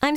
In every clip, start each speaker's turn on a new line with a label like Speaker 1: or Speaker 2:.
Speaker 1: I'm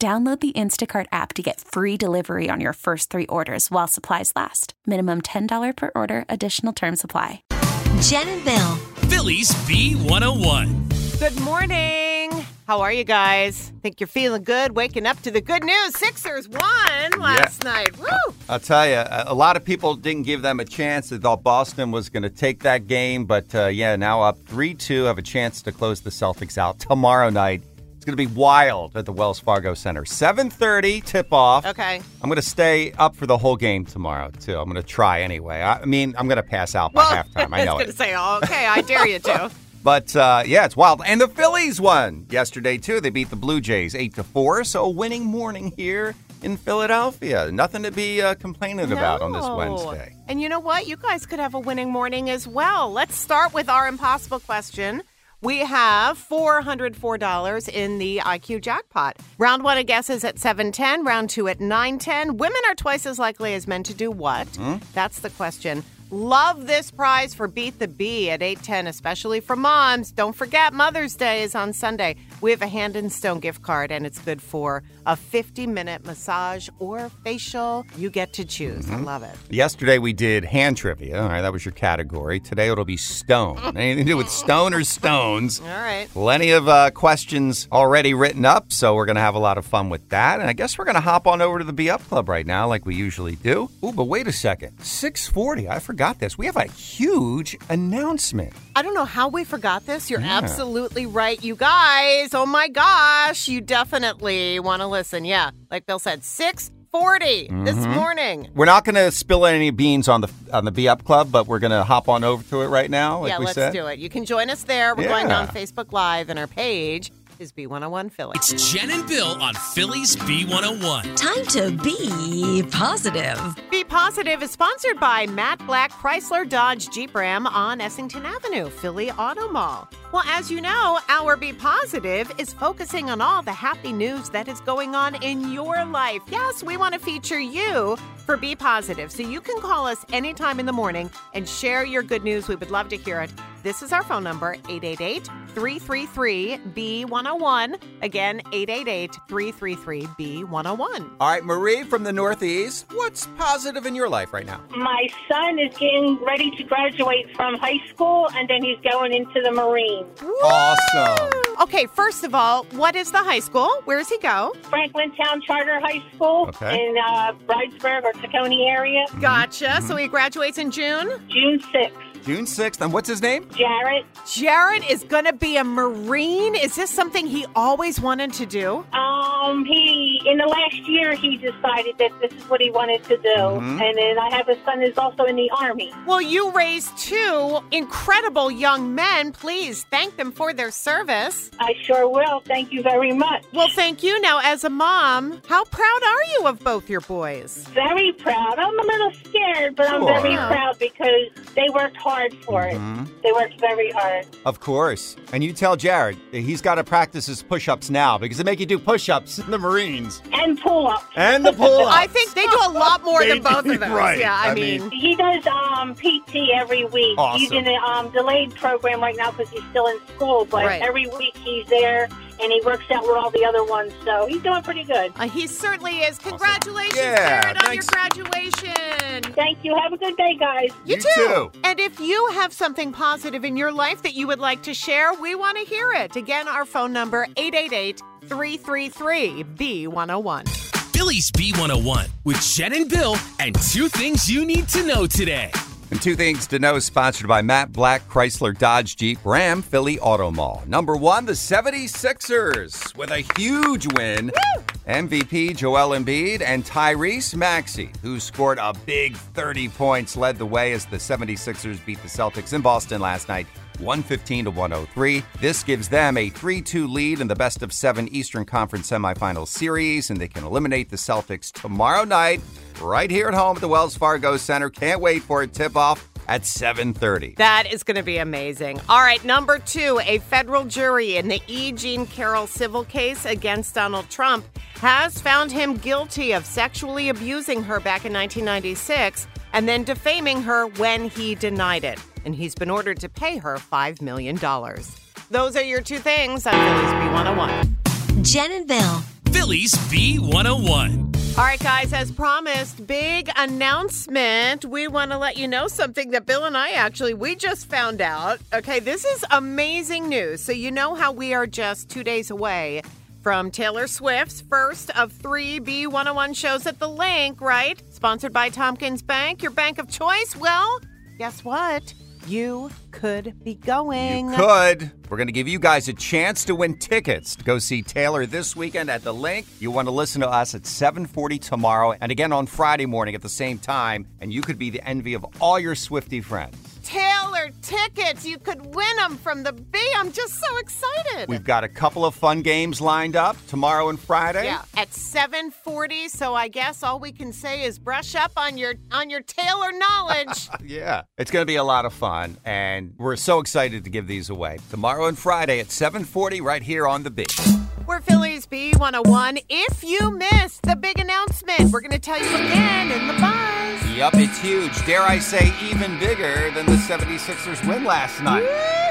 Speaker 2: Download the Instacart app to get free delivery on your first three orders while supplies last. Minimum $10 per order, additional term supply.
Speaker 3: Jen and Bill.
Speaker 4: Phillies B101.
Speaker 5: Good morning. How are you guys? Think you're feeling good? Waking up to the good news. Sixers won last night. Woo!
Speaker 6: I'll tell you, a a lot of people didn't give them a chance. They thought Boston was going to take that game, but uh, yeah, now up 3 2, have a chance to close the Celtics out tomorrow night. It's going to be wild at the Wells Fargo Center. 7.30 tip-off.
Speaker 5: Okay.
Speaker 6: I'm going to stay up for the whole game tomorrow, too. I'm going to try anyway. I I mean, I'm going to pass out by halftime. I
Speaker 5: was
Speaker 6: know
Speaker 5: going
Speaker 6: it.
Speaker 5: to say, oh, okay, I dare you to.
Speaker 6: But uh, yeah, it's wild. And the Phillies won yesterday too. They beat the Blue Jays eight to four. So a winning morning here in Philadelphia. Nothing to be uh, complaining about on this
Speaker 5: No.
Speaker 6: Wednesday.
Speaker 5: And you know what? You guys could have a winning morning as well. Let's start with our impossible question. We have $404 in the IQ jackpot. Round one of guesses at 710, round two at 910. Women are twice as likely as men to do what? That's the question. Love this prize for Beat the Bee at 810, especially for moms. Don't forget, Mother's Day is on Sunday. We have a hand in stone gift card, and it's good for a 50 minute massage or facial. You get to choose. I love it.
Speaker 6: Yesterday we did hand trivia. All right, that was your category. Today it'll be stone. Anything to do with stone or stones?
Speaker 5: All right.
Speaker 6: Plenty of uh, questions already written up, so we're going to have a lot of fun with that. And I guess we're going to hop on over to the Be Up Club right now, like we usually do. Ooh, but wait a second. 640, I forgot this. We have a huge announcement.
Speaker 5: I don't know how we forgot this. You're absolutely right, you guys. Oh my gosh, you definitely want to listen. Yeah, like Bill said, 640 this
Speaker 6: Mm-hmm.
Speaker 5: morning.
Speaker 6: We're not going to spill any beans on the on the Be Up Club, but we're going to hop on over to it right now, like
Speaker 5: yeah,
Speaker 6: we
Speaker 5: let's
Speaker 6: said.
Speaker 5: do it. You can join us there. We're going
Speaker 6: Yeah.
Speaker 5: on Facebook Live, and our page is B101 Philly.
Speaker 4: It's Jen and Bill on Phillies B101.
Speaker 3: Time to be positive.
Speaker 5: Be Positive is sponsored by Matt Black Chrysler Dodge Jeep Ram on Essington Avenue, Philly Auto Mall. Well, as you know, our Be Positive is focusing on all the happy news that is going on in your life. Yes, we want to feature you for Be Positive. So you can call us anytime in the morning and share your good news. We would love to hear it. This is our phone number, 888 333 B101. Again, 888 333 B101.
Speaker 6: All right, Marie from the Northeast, what's positive in your life right now?
Speaker 7: My son is getting ready to graduate from high school and then he's going into the Marines.
Speaker 6: Awesome.
Speaker 5: Okay, first of all, what is the high school? Where does he go?
Speaker 7: Franklin Town Charter High School
Speaker 6: Okay.
Speaker 7: in uh, Bridesburg or Tacony area,
Speaker 6: Mm-hmm.
Speaker 5: Gotcha. So he graduates in June.
Speaker 7: June 6th.
Speaker 6: June 6th, and what's his name?
Speaker 7: Jarrett,
Speaker 5: Jared is going to be a Marine. Is this something he always wanted to do?
Speaker 7: um, he in the last year he decided that this is what he wanted to do,
Speaker 6: Mm-hmm.
Speaker 7: and then I have a son who's also in the army.
Speaker 5: Well, you raised two incredible young men. Please thank them for their service.
Speaker 7: I sure will. Thank you very much.
Speaker 5: Well, thank you. Now, as a mom, how proud are you of both your boys?
Speaker 7: Very proud. I'm a little scared, but I'm very
Speaker 6: Sure. Mm-hmm.
Speaker 7: proud because they worked hard for it. They worked very hard.
Speaker 6: Of course. And you tell Jared that he's got to practice his push ups now because they make you do push ups in the Marines
Speaker 7: And pull up.
Speaker 6: and the pull ups.
Speaker 5: I think they do a lot more
Speaker 6: They
Speaker 5: than both
Speaker 6: do,
Speaker 5: of us.
Speaker 6: right.
Speaker 5: Yeah, I,
Speaker 6: I
Speaker 5: mean,
Speaker 6: mean-
Speaker 7: He does um, PT every week. He's
Speaker 6: Awesome.
Speaker 7: in a um, delayed program right now because he's still in school, but
Speaker 5: Right.
Speaker 7: every week he's there and he works out with all the other ones, so he's doing pretty good.
Speaker 5: uh, he certainly is. Congratulations,
Speaker 6: Yeah,
Speaker 5: Jared, on your
Speaker 6: thanks.
Speaker 5: graduation.
Speaker 7: Thank you. Have a good day, guys.
Speaker 5: You,
Speaker 6: You
Speaker 5: too.
Speaker 6: too.
Speaker 5: And if you have something positive in your life that you would like to share, we want to oh hear it. Again, our phone number 888 333 B101.
Speaker 4: Phillies B101 with Jen and Bill and two things you need to know today.
Speaker 6: And two things to know is sponsored by Matt Black, Chrysler Dodge Jeep Ram, Philly Auto Mall. Number one, the 76ers with a huge win. MVP Joel Embiid and Tyrese Maxey, who scored a big 30 points, led the way as the 76ers beat the Celtics in Boston last night. 115 to 103. This gives them a 3 2 lead in the best of seven Eastern Conference semifinal series, and they can eliminate the Celtics tomorrow night right here at home at the Wells Fargo Center. Can't wait for it. Tip off at 7:30.
Speaker 5: That is going to be amazing. All right, number two, a federal jury in the E. Jean Carroll civil case against Donald Trump has found him guilty of sexually abusing her back in 1996 and then defaming her when he denied it. And he's been ordered to pay her $5 million. Those are your two things on Phillies B101.
Speaker 3: Jen and Bill.
Speaker 4: Phillies B101.
Speaker 5: All right, guys, as promised, big announcement. We want to let you know something that Bill and I actually we just found out. Okay, this is amazing news. So you know how we are just 2 days away from Taylor Swift's first of 3 B101 shows at the Link, right? Sponsored by Tompkins Bank, your bank of choice. Well, guess what? You could be going.
Speaker 6: You could. We're going to give you guys a chance to win tickets to go see Taylor this weekend at the link. You want to listen to us at 7:40 tomorrow and again on Friday morning at the same time and you could be the envy of all your Swifty friends.
Speaker 5: Taylor tickets. You could win them from the B. I'm just so excited.
Speaker 6: We've got a couple of fun games lined up tomorrow and Friday.
Speaker 5: yeah, at 7:40. So I guess all we can say is brush up on your on your Taylor knowledge.
Speaker 6: Yeah. It's going to be a lot of fun and we're so excited to give these away. Tomorrow and Friday at 7:40 right here on the beach.
Speaker 5: We're Phillies B101. If you missed the big announcement, we're going to tell you again in the buzz.
Speaker 6: Yup, it's huge. Dare I say even bigger than the 76ers win last night.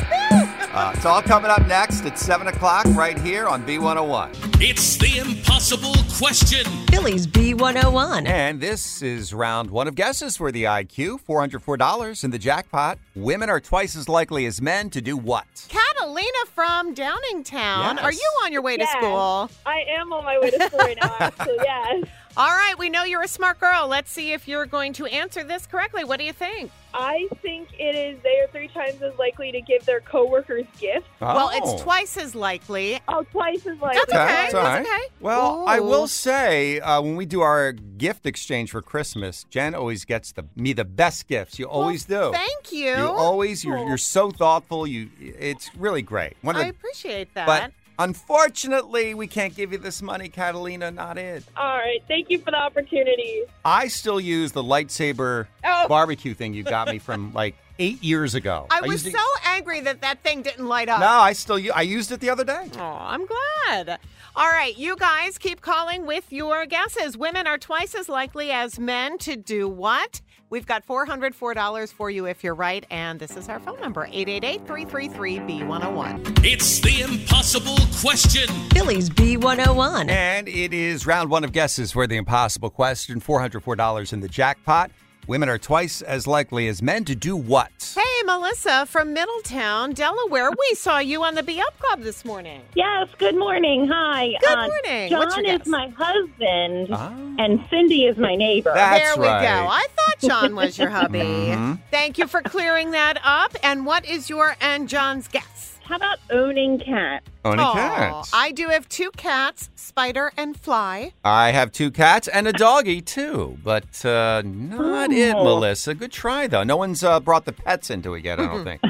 Speaker 6: Uh, it's all coming up next at 7 o'clock right here on B101.
Speaker 4: It's the impossible question.
Speaker 3: Phillies B101.
Speaker 6: And this is round one of guesses for the IQ $404 in the jackpot. Women are twice as likely as men to do what?
Speaker 5: Catalina from Downingtown,
Speaker 6: Yes.
Speaker 5: are you on your way
Speaker 7: Yes.
Speaker 5: to school?
Speaker 7: I am on my way to school right now, actually, yes.
Speaker 5: All right, we know you're a smart girl. Let's see if you're going to answer this correctly. What do you think?
Speaker 7: I think it is they are three times as likely to give their coworkers gifts.
Speaker 5: Well,
Speaker 6: Oh.
Speaker 5: it's twice as likely.
Speaker 7: Oh, twice as likely.
Speaker 5: That's okay.
Speaker 6: all
Speaker 5: that's okay.
Speaker 6: Well, I
Speaker 5: Ooh.
Speaker 6: will say uh, when we do our gift exchange for Christmas, Jen always gets the me the best gifts. You always do.
Speaker 5: Thank you.
Speaker 6: You always you're you're so thoughtful. You it's really great. One of
Speaker 5: I
Speaker 6: the,
Speaker 5: appreciate that.
Speaker 6: but unfortunately, we can't give you this money, Catalina. Not it.
Speaker 7: All right. Thank you for the opportunity.
Speaker 6: I still use the lightsaber
Speaker 5: Oh.
Speaker 6: barbecue thing you got me from like eight years ago.
Speaker 5: I was
Speaker 6: used it-
Speaker 5: so angry that that thing didn't light up.
Speaker 6: No, I still u- I used it the other day.
Speaker 5: Oh, I'm glad. All right, you guys keep calling with your guesses. Women are twice as likely as men to do what? We've got $404 for you if you're right. And this is our phone number 888 333 B101.
Speaker 4: It's the impossible question.
Speaker 3: Phillies B101.
Speaker 6: And it is round one of guesses for the impossible question. Four hundred four dollars in the jackpot. Women are twice as likely as men to do what?
Speaker 5: Hey, Melissa from Middletown, Delaware. We saw you on the Be Up Club this morning.
Speaker 7: Yes. Good morning. Hi. Uh,
Speaker 5: Good morning.
Speaker 7: John
Speaker 5: What's your
Speaker 7: is
Speaker 5: guess?
Speaker 7: my husband,
Speaker 6: Ah.
Speaker 7: and Cindy is my neighbor.
Speaker 6: That's
Speaker 5: there we
Speaker 6: right. Mm-hmm.
Speaker 5: go. I thought John was your hubby. Thank you for clearing that up. And what is your and John's guess?
Speaker 7: How about owning cats?
Speaker 6: Own a
Speaker 5: Aw,
Speaker 6: cat.
Speaker 5: I do have two cats, Spider and Fly.
Speaker 6: I have two cats and a doggy too, but uh, not it,
Speaker 7: Oh.
Speaker 6: Melissa. Good try though. No one's uh, brought the pets into it yet. I don't think.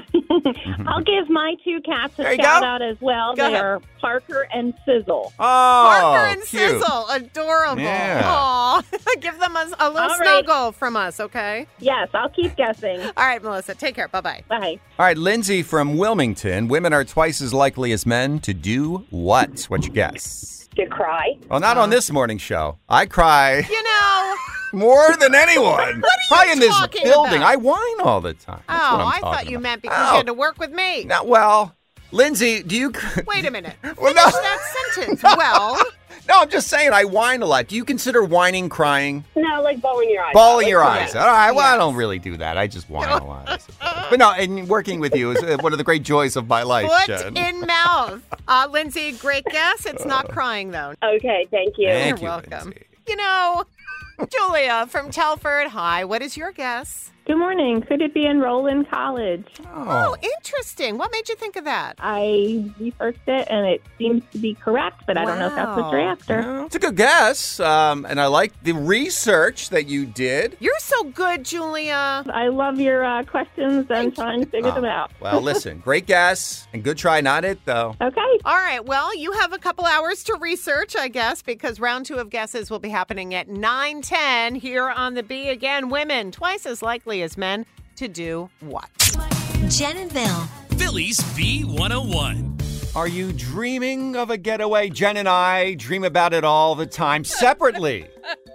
Speaker 7: I'll give my two cats
Speaker 6: There
Speaker 7: a
Speaker 6: you
Speaker 7: shout
Speaker 6: go.
Speaker 7: out as well.
Speaker 5: Go
Speaker 7: they
Speaker 5: ahead.
Speaker 7: are Parker and Sizzle.
Speaker 6: Oh,
Speaker 5: Parker and
Speaker 6: cute.
Speaker 5: Sizzle, adorable.
Speaker 6: Yeah.
Speaker 5: Aw, give them a, a little
Speaker 7: All right.
Speaker 5: snuggle from us, okay?
Speaker 7: Yes, I'll keep guessing.
Speaker 5: All right, Melissa, take care. Bye bye.
Speaker 7: Bye.
Speaker 6: All right, Lindsay from Wilmington. Women are twice as likely as men to do what? What you guess?
Speaker 7: To cry.
Speaker 6: Well, not on this morning show. I cry
Speaker 5: You know,
Speaker 6: more than anyone. Probably in this
Speaker 5: talking
Speaker 6: building.
Speaker 5: about?
Speaker 6: I whine all the time.
Speaker 5: oh,
Speaker 6: That's what I'm
Speaker 5: I
Speaker 6: talking
Speaker 5: thought you
Speaker 6: about.
Speaker 5: meant because
Speaker 6: Oh,
Speaker 5: you had to work with me.
Speaker 6: no, well, Lindsay, do you?
Speaker 5: Wait a minute. Finish
Speaker 6: Well, no.
Speaker 5: that sentence. Well,
Speaker 6: No, I'm just saying I whine a lot. Do you consider whining crying?
Speaker 7: No, like bowing your eyes.
Speaker 6: Bawling your eyes.
Speaker 5: Yes.
Speaker 6: All right. Well, I
Speaker 5: Yes.
Speaker 6: don't really do that. I just whine a lot. I suppose. But no, and working with you is uh, one of the great joys of my life,
Speaker 5: foot
Speaker 6: Jen.
Speaker 5: in mouth. Uh, Lindsay, great guess. It's not crying, though.
Speaker 7: Okay, thank you.
Speaker 6: Thank
Speaker 5: You're
Speaker 6: you,
Speaker 5: welcome.
Speaker 6: Lindsay.
Speaker 5: you know, Julia from Telford. Hi, what is your guess?
Speaker 8: Good morning. Could it be enroll in college?
Speaker 5: Oh, interesting. What made you think of that?
Speaker 8: I researched it and it seems to be correct, but I don't know if that's what you're
Speaker 5: Wow.
Speaker 8: after.
Speaker 6: It's a good guess, um, and I like the research that you did.
Speaker 5: You're so good, Julia.
Speaker 8: I love your uh, questions and trying to figure them out.
Speaker 6: Well, listen, great guess and good try. Not it though.
Speaker 8: Okay.
Speaker 5: All right. Well, you have a couple hours to research, I guess, because round two of guesses will be happening at 9:10 here on the B again. Women twice as likely as men to do what?
Speaker 3: Jen and Bill.
Speaker 4: Phillies B101.
Speaker 6: Are you dreaming of a getaway? Jen and I dream about it all the time, separately,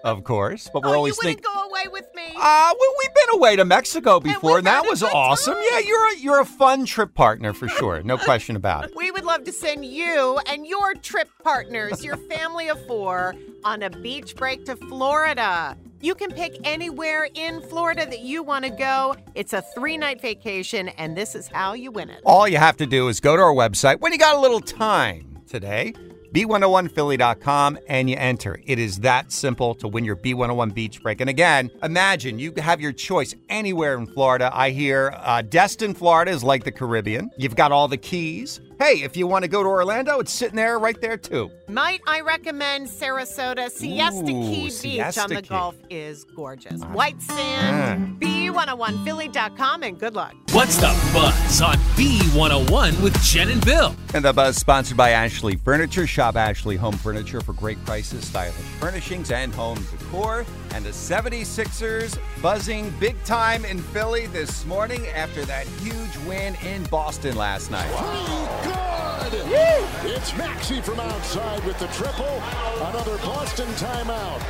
Speaker 6: of course. But we're
Speaker 5: oh, you
Speaker 6: always
Speaker 5: wouldn't
Speaker 6: thinking.
Speaker 5: go away with me.
Speaker 6: Ah, well, we've been away to Mexico before, and that
Speaker 5: had a
Speaker 6: was
Speaker 5: good
Speaker 6: awesome.
Speaker 5: time.
Speaker 6: Yeah, you're a, you're a fun trip partner for sure, no question about it.
Speaker 5: we would love to send you and your trip partners, your family of four, on a beach break to Florida. You can pick anywhere in Florida that you want to go. It's a three night vacation, and this is how you win it.
Speaker 6: All you have to do is go to our website when you got a little time today, b101philly.com, and you enter. It is that simple to win your B101 beach break. And again, imagine you have your choice anywhere in Florida. I hear uh, Destin, Florida is like the Caribbean. You've got all the keys. Hey, if you want to go to Orlando, it's sitting there right there too.
Speaker 5: Might I recommend Sarasota? Siesta
Speaker 6: Ooh,
Speaker 5: Key Beach
Speaker 6: Siesta
Speaker 5: on the
Speaker 6: Key.
Speaker 5: Gulf is gorgeous. White sand, B101Philly.com, and good luck.
Speaker 4: What's the buzz on B101 with Jen and Bill?
Speaker 6: And the buzz sponsored by Ashley Furniture. Shop Ashley Home Furniture for great prices, stylish furnishings, and home decor. And the 76ers buzzing big time in Philly this morning after that huge win in Boston last night.
Speaker 9: Good. It's Maxi from outside with the triple. Another Boston timeout.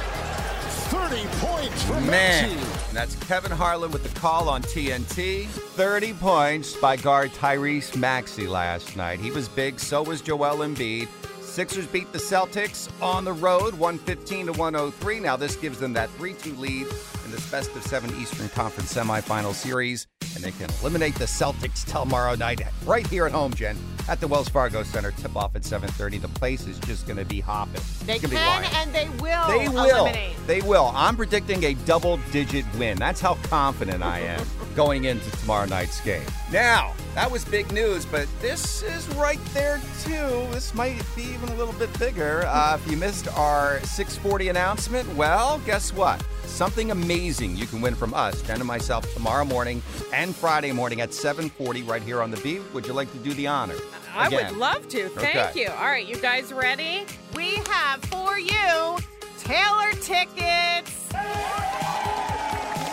Speaker 9: 30 points for
Speaker 6: Man,
Speaker 9: Maxi.
Speaker 6: and that's Kevin Harlan with the call on TNT. 30 points by guard Tyrese Maxey last night. He was big, so was Joel Embiid. Sixers beat the Celtics on the road 115 to 103. Now this gives them that 3-2 lead in this best of 7 Eastern Conference semifinal series and they can eliminate the Celtics tomorrow night at- right here at home, Jen, at the Wells Fargo Center. Tip off at 7:30. The place is just going to be hopping. It's
Speaker 5: They
Speaker 6: gonna be
Speaker 5: can
Speaker 6: wild.
Speaker 5: and they will,
Speaker 6: They will.
Speaker 5: eliminate.
Speaker 6: They will. I'm predicting a double digit win. That's how confident I am going into tomorrow night's game. Now, that was big news, but this is right there too. This might be even a little bit bigger. Uh, if you missed our 640 announcement, well, guess what? Something amazing you can win from us, Jen and myself, tomorrow morning and Friday morning at 740 right here on the Beat. Would you like to do the honor?
Speaker 5: I would
Speaker 6: Again.
Speaker 5: love to. Thank
Speaker 6: Okay.
Speaker 5: you. All right, you guys ready? We have for you Taylor tickets.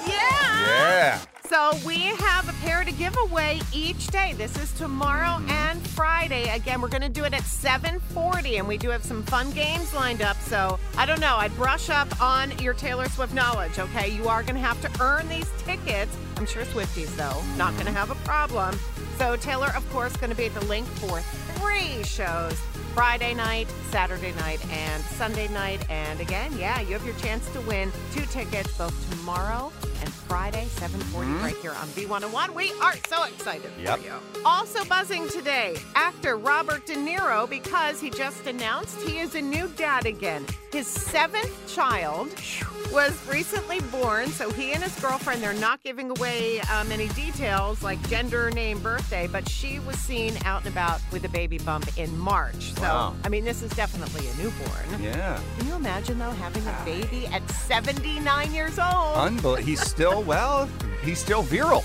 Speaker 5: Yeah.
Speaker 6: Yeah.
Speaker 5: So we have a pair to give away each day. This is tomorrow and Friday. Again, we're going to do it at 7:40 and we do have some fun games lined up. So, I don't know, I'd brush up on your Taylor Swift knowledge, okay? You are going to have to earn these tickets. I'm sure Swifties though, not going to have a problem. So, Taylor of course going to be at the link for three shows. Friday night, Saturday night, and Sunday night. And again, yeah, you have your chance to win two tickets both tomorrow and Friday, 740 right here on B101. We are so excited
Speaker 6: Yep.
Speaker 5: for you. Also buzzing today, actor Robert De Niro, because he just announced he is a new dad again. His seventh child was recently born, so he and his girlfriend, they're not giving away um, any details like gender, name, birthday, but she was seen out and about with a baby bump in March. So,
Speaker 6: Wow.
Speaker 5: I mean, this is definitely a newborn.
Speaker 6: Yeah.
Speaker 5: Can you imagine, though, having a baby at 79 years old?
Speaker 6: Unbel- he's still, well, he's still virile.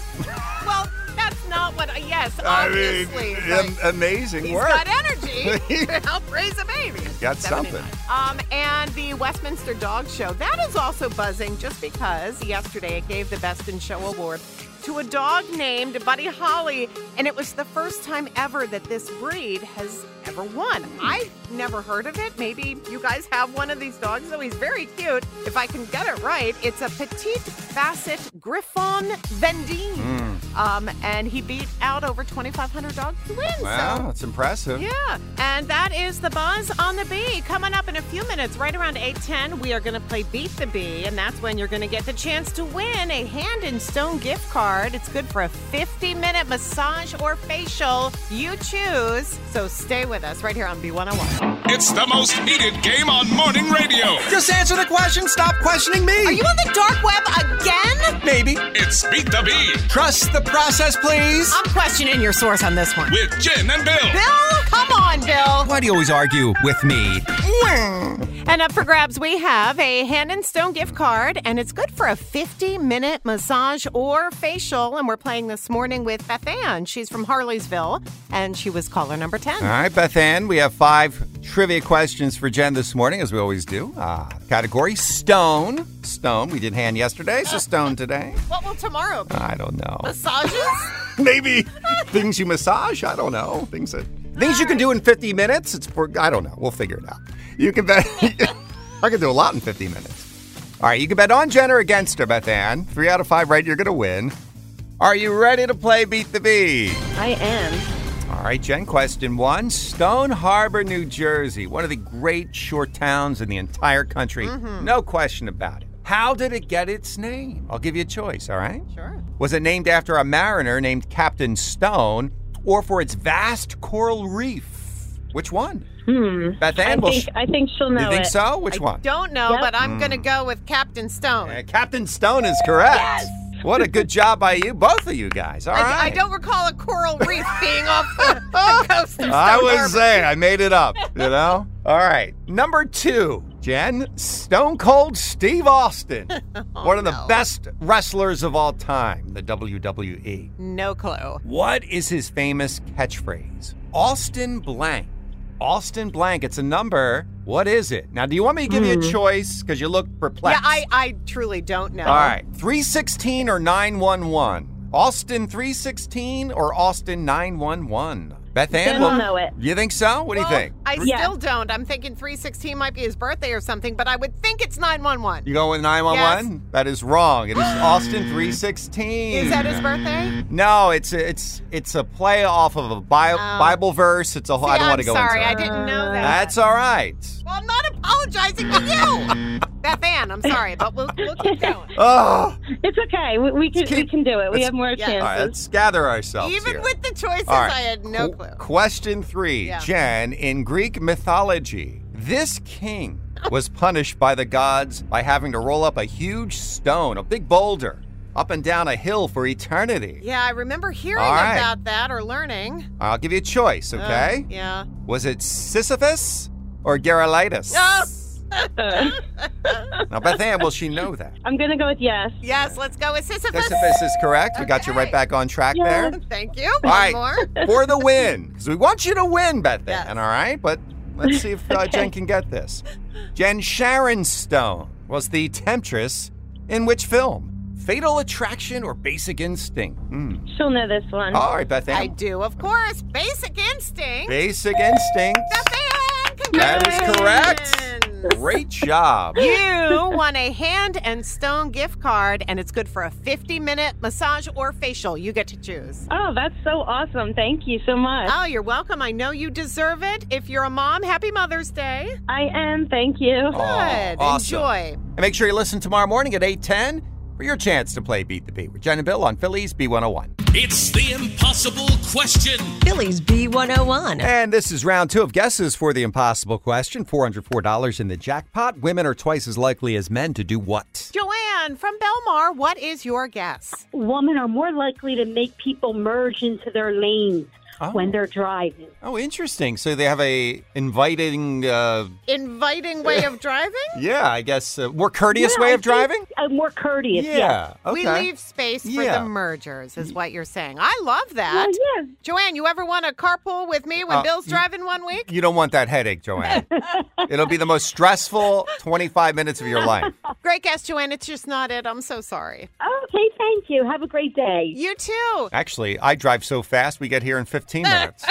Speaker 5: well, that's not what, yes,
Speaker 6: I mean,
Speaker 5: obviously.
Speaker 6: am-
Speaker 5: but-
Speaker 6: amazing
Speaker 5: He's
Speaker 6: work.
Speaker 5: got energy to help raise a baby. 79.
Speaker 6: got something.
Speaker 5: Um, and the Westminster Dog Show. That is also buzzing just because yesterday it gave the Best in Show award to a dog named Buddy Holly. And it was the first time ever that this breed has ever won. I never heard of it. Maybe you guys have one of these dogs, though. He's very cute. If I can get it right, it's a Petite Basset Griffon Vendine.
Speaker 6: Hmm.
Speaker 5: Um, and he beat out over 2,500 dogs to win. So
Speaker 6: Wow, that's impressive.
Speaker 5: yeah, and that is the buzz on the bee. Coming up in a few minutes, right around 8:10, we are going to play Beat the Bee, and that's when you're going to get the chance to win a hand in stone gift card. It's good for a 50-minute massage or facial. You choose. So stay with us right here on B101.
Speaker 10: It's the most heated game on morning radio.
Speaker 6: Just answer the question. Stop questioning me.
Speaker 5: Are you on the dark web again?
Speaker 6: Maybe.
Speaker 10: It's Beat the Bee.
Speaker 6: Trust the process, please.
Speaker 5: I'm questioning your source on this one.
Speaker 10: With Jen and Bill.
Speaker 5: Bill, come on, Bill.
Speaker 6: Why do you always argue with me?
Speaker 5: And up for grabs, we have a hand and stone gift card, and it's good for a 50 minute massage or facial. And we're playing this morning with Beth Ann. She's from Harleysville, and she was caller number 10.
Speaker 6: All right, Beth Ann, we have five trivia questions for Jen this morning, as we always do. Uh, category Stone. Stone. We did hand yesterday, so Stone today.
Speaker 5: What will tomorrow be?
Speaker 6: I don't know.
Speaker 5: Massages?
Speaker 6: Maybe things you massage. I don't know. Things that things you can do in 50 minutes. It's for, I don't know. We'll figure it out. You can bet. I can do a lot in 50 minutes. All right, you can bet on Jen or against her, Beth Ann. Three out of five right, you're going to win. Are you ready to play Beat the Bee?
Speaker 8: I am.
Speaker 6: All right, Jen, question one. Stone Harbor, New Jersey, one of the great shore towns in the entire country. No question about it. How did it get its name? I'll give you a choice, all right?
Speaker 5: Sure.
Speaker 6: Was it named after a mariner named Captain Stone or for its vast coral reef? Which one?
Speaker 8: Hmm.
Speaker 6: Beth Ann
Speaker 8: I
Speaker 6: will.
Speaker 8: think, I think she'll know
Speaker 6: you think
Speaker 8: it.
Speaker 6: so? Which one?
Speaker 5: Don't know,
Speaker 8: Yep.
Speaker 5: but
Speaker 6: Mm.
Speaker 5: I'm going to go with Captain Stone.
Speaker 6: Uh, Captain Stone is correct. What a good job by you, both of you guys. All
Speaker 5: I,
Speaker 6: right.
Speaker 5: I don't recall a coral reef being off the, the coast of Stone
Speaker 6: I
Speaker 5: Harbor.
Speaker 6: was uh, saying, I made it up, you know? All right. Number two, Jen, Stone Cold Steve Austin.
Speaker 5: Oh,
Speaker 6: one of the best wrestlers of all time, the WWE.
Speaker 5: No clue.
Speaker 6: What is his famous catchphrase? Austin blank. Austin blank. It's a number. What is it? Now, do you want me to give you a choice? Because you look perplexed.
Speaker 5: Hmm. Yeah, I, I truly don't know.
Speaker 6: All right. 316 or 911? Austin 316 or Austin 911? Beth Ann?
Speaker 8: Jen will know it.
Speaker 6: You think so? What do you
Speaker 5: Well,
Speaker 6: think?
Speaker 5: I
Speaker 8: Yeah.
Speaker 5: still don't. I'm thinking 316 might be his birthday or something, but I would think it's 911.
Speaker 6: You go with 911? That is wrong. It is Austin 316.
Speaker 5: Is that his birthday?
Speaker 6: No, it's a, it's it's a play off of a bi- Bible verse. It's a whole. I don't
Speaker 5: am
Speaker 6: want to go
Speaker 5: Oh. sorry,
Speaker 6: into
Speaker 5: I
Speaker 6: it.
Speaker 5: didn't know that.
Speaker 6: That's all right.
Speaker 5: well, I'm not apologizing to you, Beth Ann. I'm sorry, but we'll, we'll keep going.
Speaker 6: Oh,
Speaker 8: It's okay. We, we can we
Speaker 6: keep-
Speaker 8: can do it. We
Speaker 6: let's-
Speaker 8: have more
Speaker 5: yeah.
Speaker 8: chances.
Speaker 6: all right. Let's gather ourselves.
Speaker 5: Even
Speaker 6: here.
Speaker 5: with the choices,
Speaker 6: All right.
Speaker 5: I had no
Speaker 6: Qu-
Speaker 5: clue.
Speaker 6: Question three.
Speaker 5: Yeah.
Speaker 6: Jen, in Greek mythology, this king was punished by the gods by having to roll up a huge stone, a big boulder, up and down a hill for eternity.
Speaker 5: Yeah, I remember hearing
Speaker 6: All right.
Speaker 5: about that or learning.
Speaker 6: I'll give you a choice,
Speaker 5: Uh,
Speaker 6: okay?
Speaker 5: yeah.
Speaker 6: Was it Sisyphus or Gerolitis?
Speaker 5: Oh.
Speaker 6: now, Beth Ann, will she know that?
Speaker 8: I'm gonna go with yes.
Speaker 5: Yes, let's go with Sisyphus.
Speaker 6: Sisyphus is correct. We got you right
Speaker 5: Okay.
Speaker 6: back on track there.
Speaker 5: Thank you.
Speaker 6: All
Speaker 5: One
Speaker 6: right,
Speaker 5: more.
Speaker 6: for the win. Because we want you to win, Beth
Speaker 5: Yes.
Speaker 6: Ann, all right? But let's see if uh, Jen can get this. Jen Sharon Stone was the temptress in which film? Fatal Attraction or Basic Instinct? Hmm.
Speaker 8: She'll know this one.
Speaker 6: All right, Beth Ann.
Speaker 5: Mm-hmm. I do, of course. Basic instinct.
Speaker 6: Basic Instinct. That is correct. Great job.
Speaker 5: You won a hand and stone gift card, and it's good for a 50 minute massage or facial. You get to choose.
Speaker 8: Oh, that's so awesome. Thank you so much.
Speaker 5: Oh, you're welcome. I know you deserve it. If you're a mom, happy Mother's Day.
Speaker 8: I am. Thank you.
Speaker 5: Good.
Speaker 6: awesome.
Speaker 5: Enjoy.
Speaker 6: And make sure you listen tomorrow morning at 8:10 for your chance to play Beat the Beat with Jen and Bill on Phillies B101.
Speaker 4: It's the impossible question.
Speaker 3: Phillies B101.
Speaker 6: And this is round two of guesses for the impossible question. $404 in the jackpot. Women are twice as likely as men to do what?
Speaker 5: Joanne from Belmar, what is your guess?
Speaker 11: women are more likely to make people merge into their lanes
Speaker 6: Oh.
Speaker 11: when they're driving.
Speaker 6: Oh, interesting. So they have a inviting, uh,
Speaker 5: Inviting way of driving?
Speaker 6: yeah, I guess, uh, more courteous
Speaker 11: Yeah,
Speaker 6: way
Speaker 11: I
Speaker 6: of
Speaker 11: think-
Speaker 6: driving?
Speaker 11: Uh, more courteous. yes.
Speaker 6: Yeah. Okay.
Speaker 5: We leave space for
Speaker 6: Yeah.
Speaker 5: the mergers, is what you're saying. I love that.
Speaker 8: Oh,
Speaker 11: Well, yeah.
Speaker 5: Joanne, you ever want to carpool with me when
Speaker 6: Uh,
Speaker 5: Bill's
Speaker 6: you-
Speaker 5: driving one week?
Speaker 6: You don't want that headache, Joanne. It'll be the most stressful 25 minutes of your life.
Speaker 5: Great guess, Joanne. It's just not it. I'm so sorry.
Speaker 8: Oh,
Speaker 11: Okay, thank you. Have a great day.
Speaker 5: You too.
Speaker 6: Actually, I drive so fast, we get here in 15 minutes.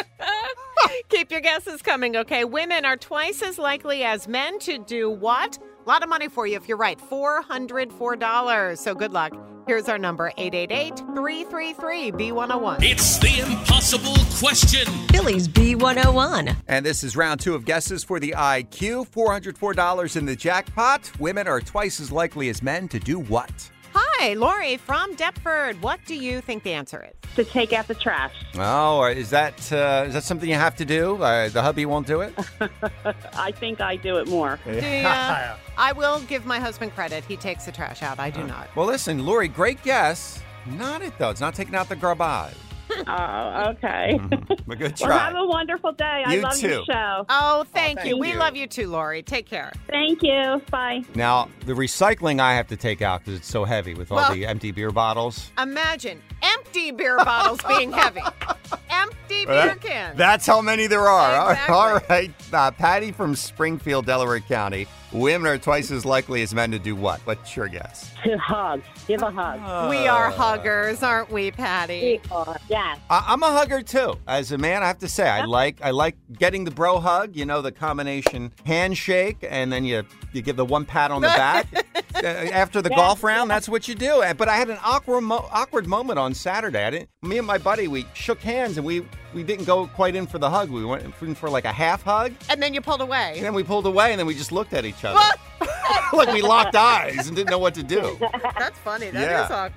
Speaker 5: Keep your guesses coming, okay? Women are twice as likely as men to do what? A lot of money for you if you're right. $404. So good luck. Here's our number 888 333 B101.
Speaker 4: It's the impossible question.
Speaker 3: Phillies B101.
Speaker 6: And this is round two of guesses for the IQ. $404 in the jackpot. Women are twice as likely as men to do what?
Speaker 5: Hi, Okay, Lori from Deptford, what do you think the answer is?
Speaker 8: To take out the trash.
Speaker 6: Oh, is that uh, is that something you have to do? Uh, the hubby won't do it.
Speaker 8: I think I do it more.
Speaker 5: Do ya? I will give my husband credit. He takes the trash out. I
Speaker 6: Uh-huh.
Speaker 5: do not.
Speaker 6: Well, listen, Lori, great guess. Not it though. It's not taking out the garbage.
Speaker 8: oh, okay.
Speaker 6: But good
Speaker 8: Well,
Speaker 6: try.
Speaker 8: have a wonderful day. I
Speaker 6: You
Speaker 8: love your
Speaker 6: too.
Speaker 8: show.
Speaker 5: Oh, thank,
Speaker 6: thank
Speaker 5: you. We
Speaker 6: you.
Speaker 5: love you too, Lori. Take care.
Speaker 8: Thank you. Bye.
Speaker 6: Now the recycling I have to take out because it's so heavy with all
Speaker 5: Well-
Speaker 6: the empty beer bottles.
Speaker 5: Imagine empty beer bottles being heavy. Empty
Speaker 6: Well,
Speaker 5: beer
Speaker 6: that-
Speaker 5: cans.
Speaker 6: That's how many there are.
Speaker 5: Exactly.
Speaker 6: All right. Uh, Patty from Springfield, Delaware County. Women are twice as likely as men to do what? What's your guess?
Speaker 11: To hug. Give a hug.
Speaker 5: we
Speaker 6: Uh.
Speaker 5: are huggers, aren't we, Patty?
Speaker 11: Yes.
Speaker 6: I- I'm a hugger too. As a man, I have to say I like I like getting the bro hug. You know the combination handshake, and then you you give the one pat on the back Uh, after the golf round. That's what you do. Uh, But I had an awkward mo- awkward moment on Saturday. I didn't. Me and my buddy we shook hands, and we we didn't go quite in for the hug. We went in for like a half hug,
Speaker 5: And then you pulled away.
Speaker 6: and then we pulled away, and then we just looked at each other. like we locked eyes and didn't know what to do.
Speaker 5: That's funny. That is
Speaker 6: yeah,
Speaker 5: awkward.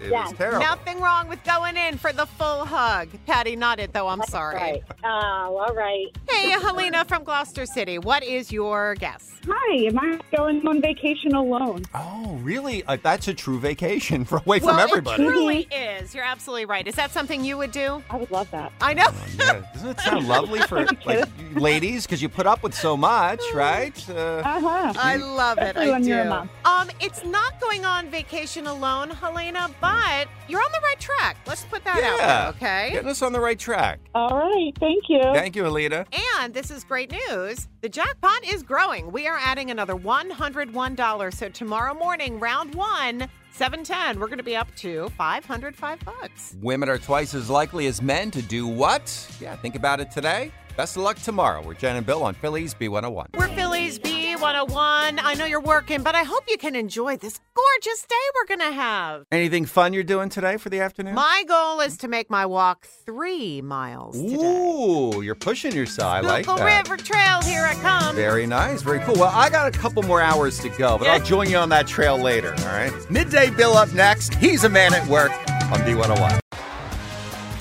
Speaker 6: Ah, it was terrible.
Speaker 5: Nothing wrong with going in for the full hug. Patty nodded, though. I'm sorry.
Speaker 11: Right.
Speaker 12: Uh,
Speaker 11: Oh, all right.
Speaker 5: Hey, Helena from Gloucester City. What is your guess?
Speaker 12: Hi, am I going on vacation alone?
Speaker 6: Oh, really? Uh, that's a true vacation for, away from
Speaker 5: well,
Speaker 6: everybody.
Speaker 5: It truly is. You're absolutely right. Is that something you would do?
Speaker 12: I would love that.
Speaker 5: I know.
Speaker 6: Yeah, doesn't it sound lovely for like ladies? Because you put up with so much, right? Uh,
Speaker 12: Uh-huh.
Speaker 5: I love it.
Speaker 12: Especially
Speaker 5: I
Speaker 12: when
Speaker 5: do.
Speaker 12: you're a mom.
Speaker 5: Um, it's not going on vacation alone, Helena, but you're on the right track. Let's put that out there, okay?
Speaker 6: Getting us on the right track.
Speaker 12: All right, thank you.
Speaker 6: Thank you, Alita.
Speaker 5: And this is great news. The jackpot is growing. We are adding another $101. So tomorrow morning, round one, 710, we're going to be up to 505 bucks.
Speaker 6: Women are twice as likely as men to do what? Yeah, think about it today. Best of luck tomorrow. We're Jen and Bill on Phillies B101.
Speaker 5: We're Phillies B101. I know you're working, but I hope you can enjoy this gorgeous day we're going to have.
Speaker 6: Anything fun you're doing today for the afternoon?
Speaker 5: My goal is to make my walk three miles today.
Speaker 6: Ooh, you're pushing yourself. I like
Speaker 5: Google
Speaker 6: that.
Speaker 5: River Trail, here I come.
Speaker 6: Very nice. Very cool. Well, I got a couple more hours to go, but I'll join you on that trail later. All right. Midday Bill up next. He's a man at work on B101.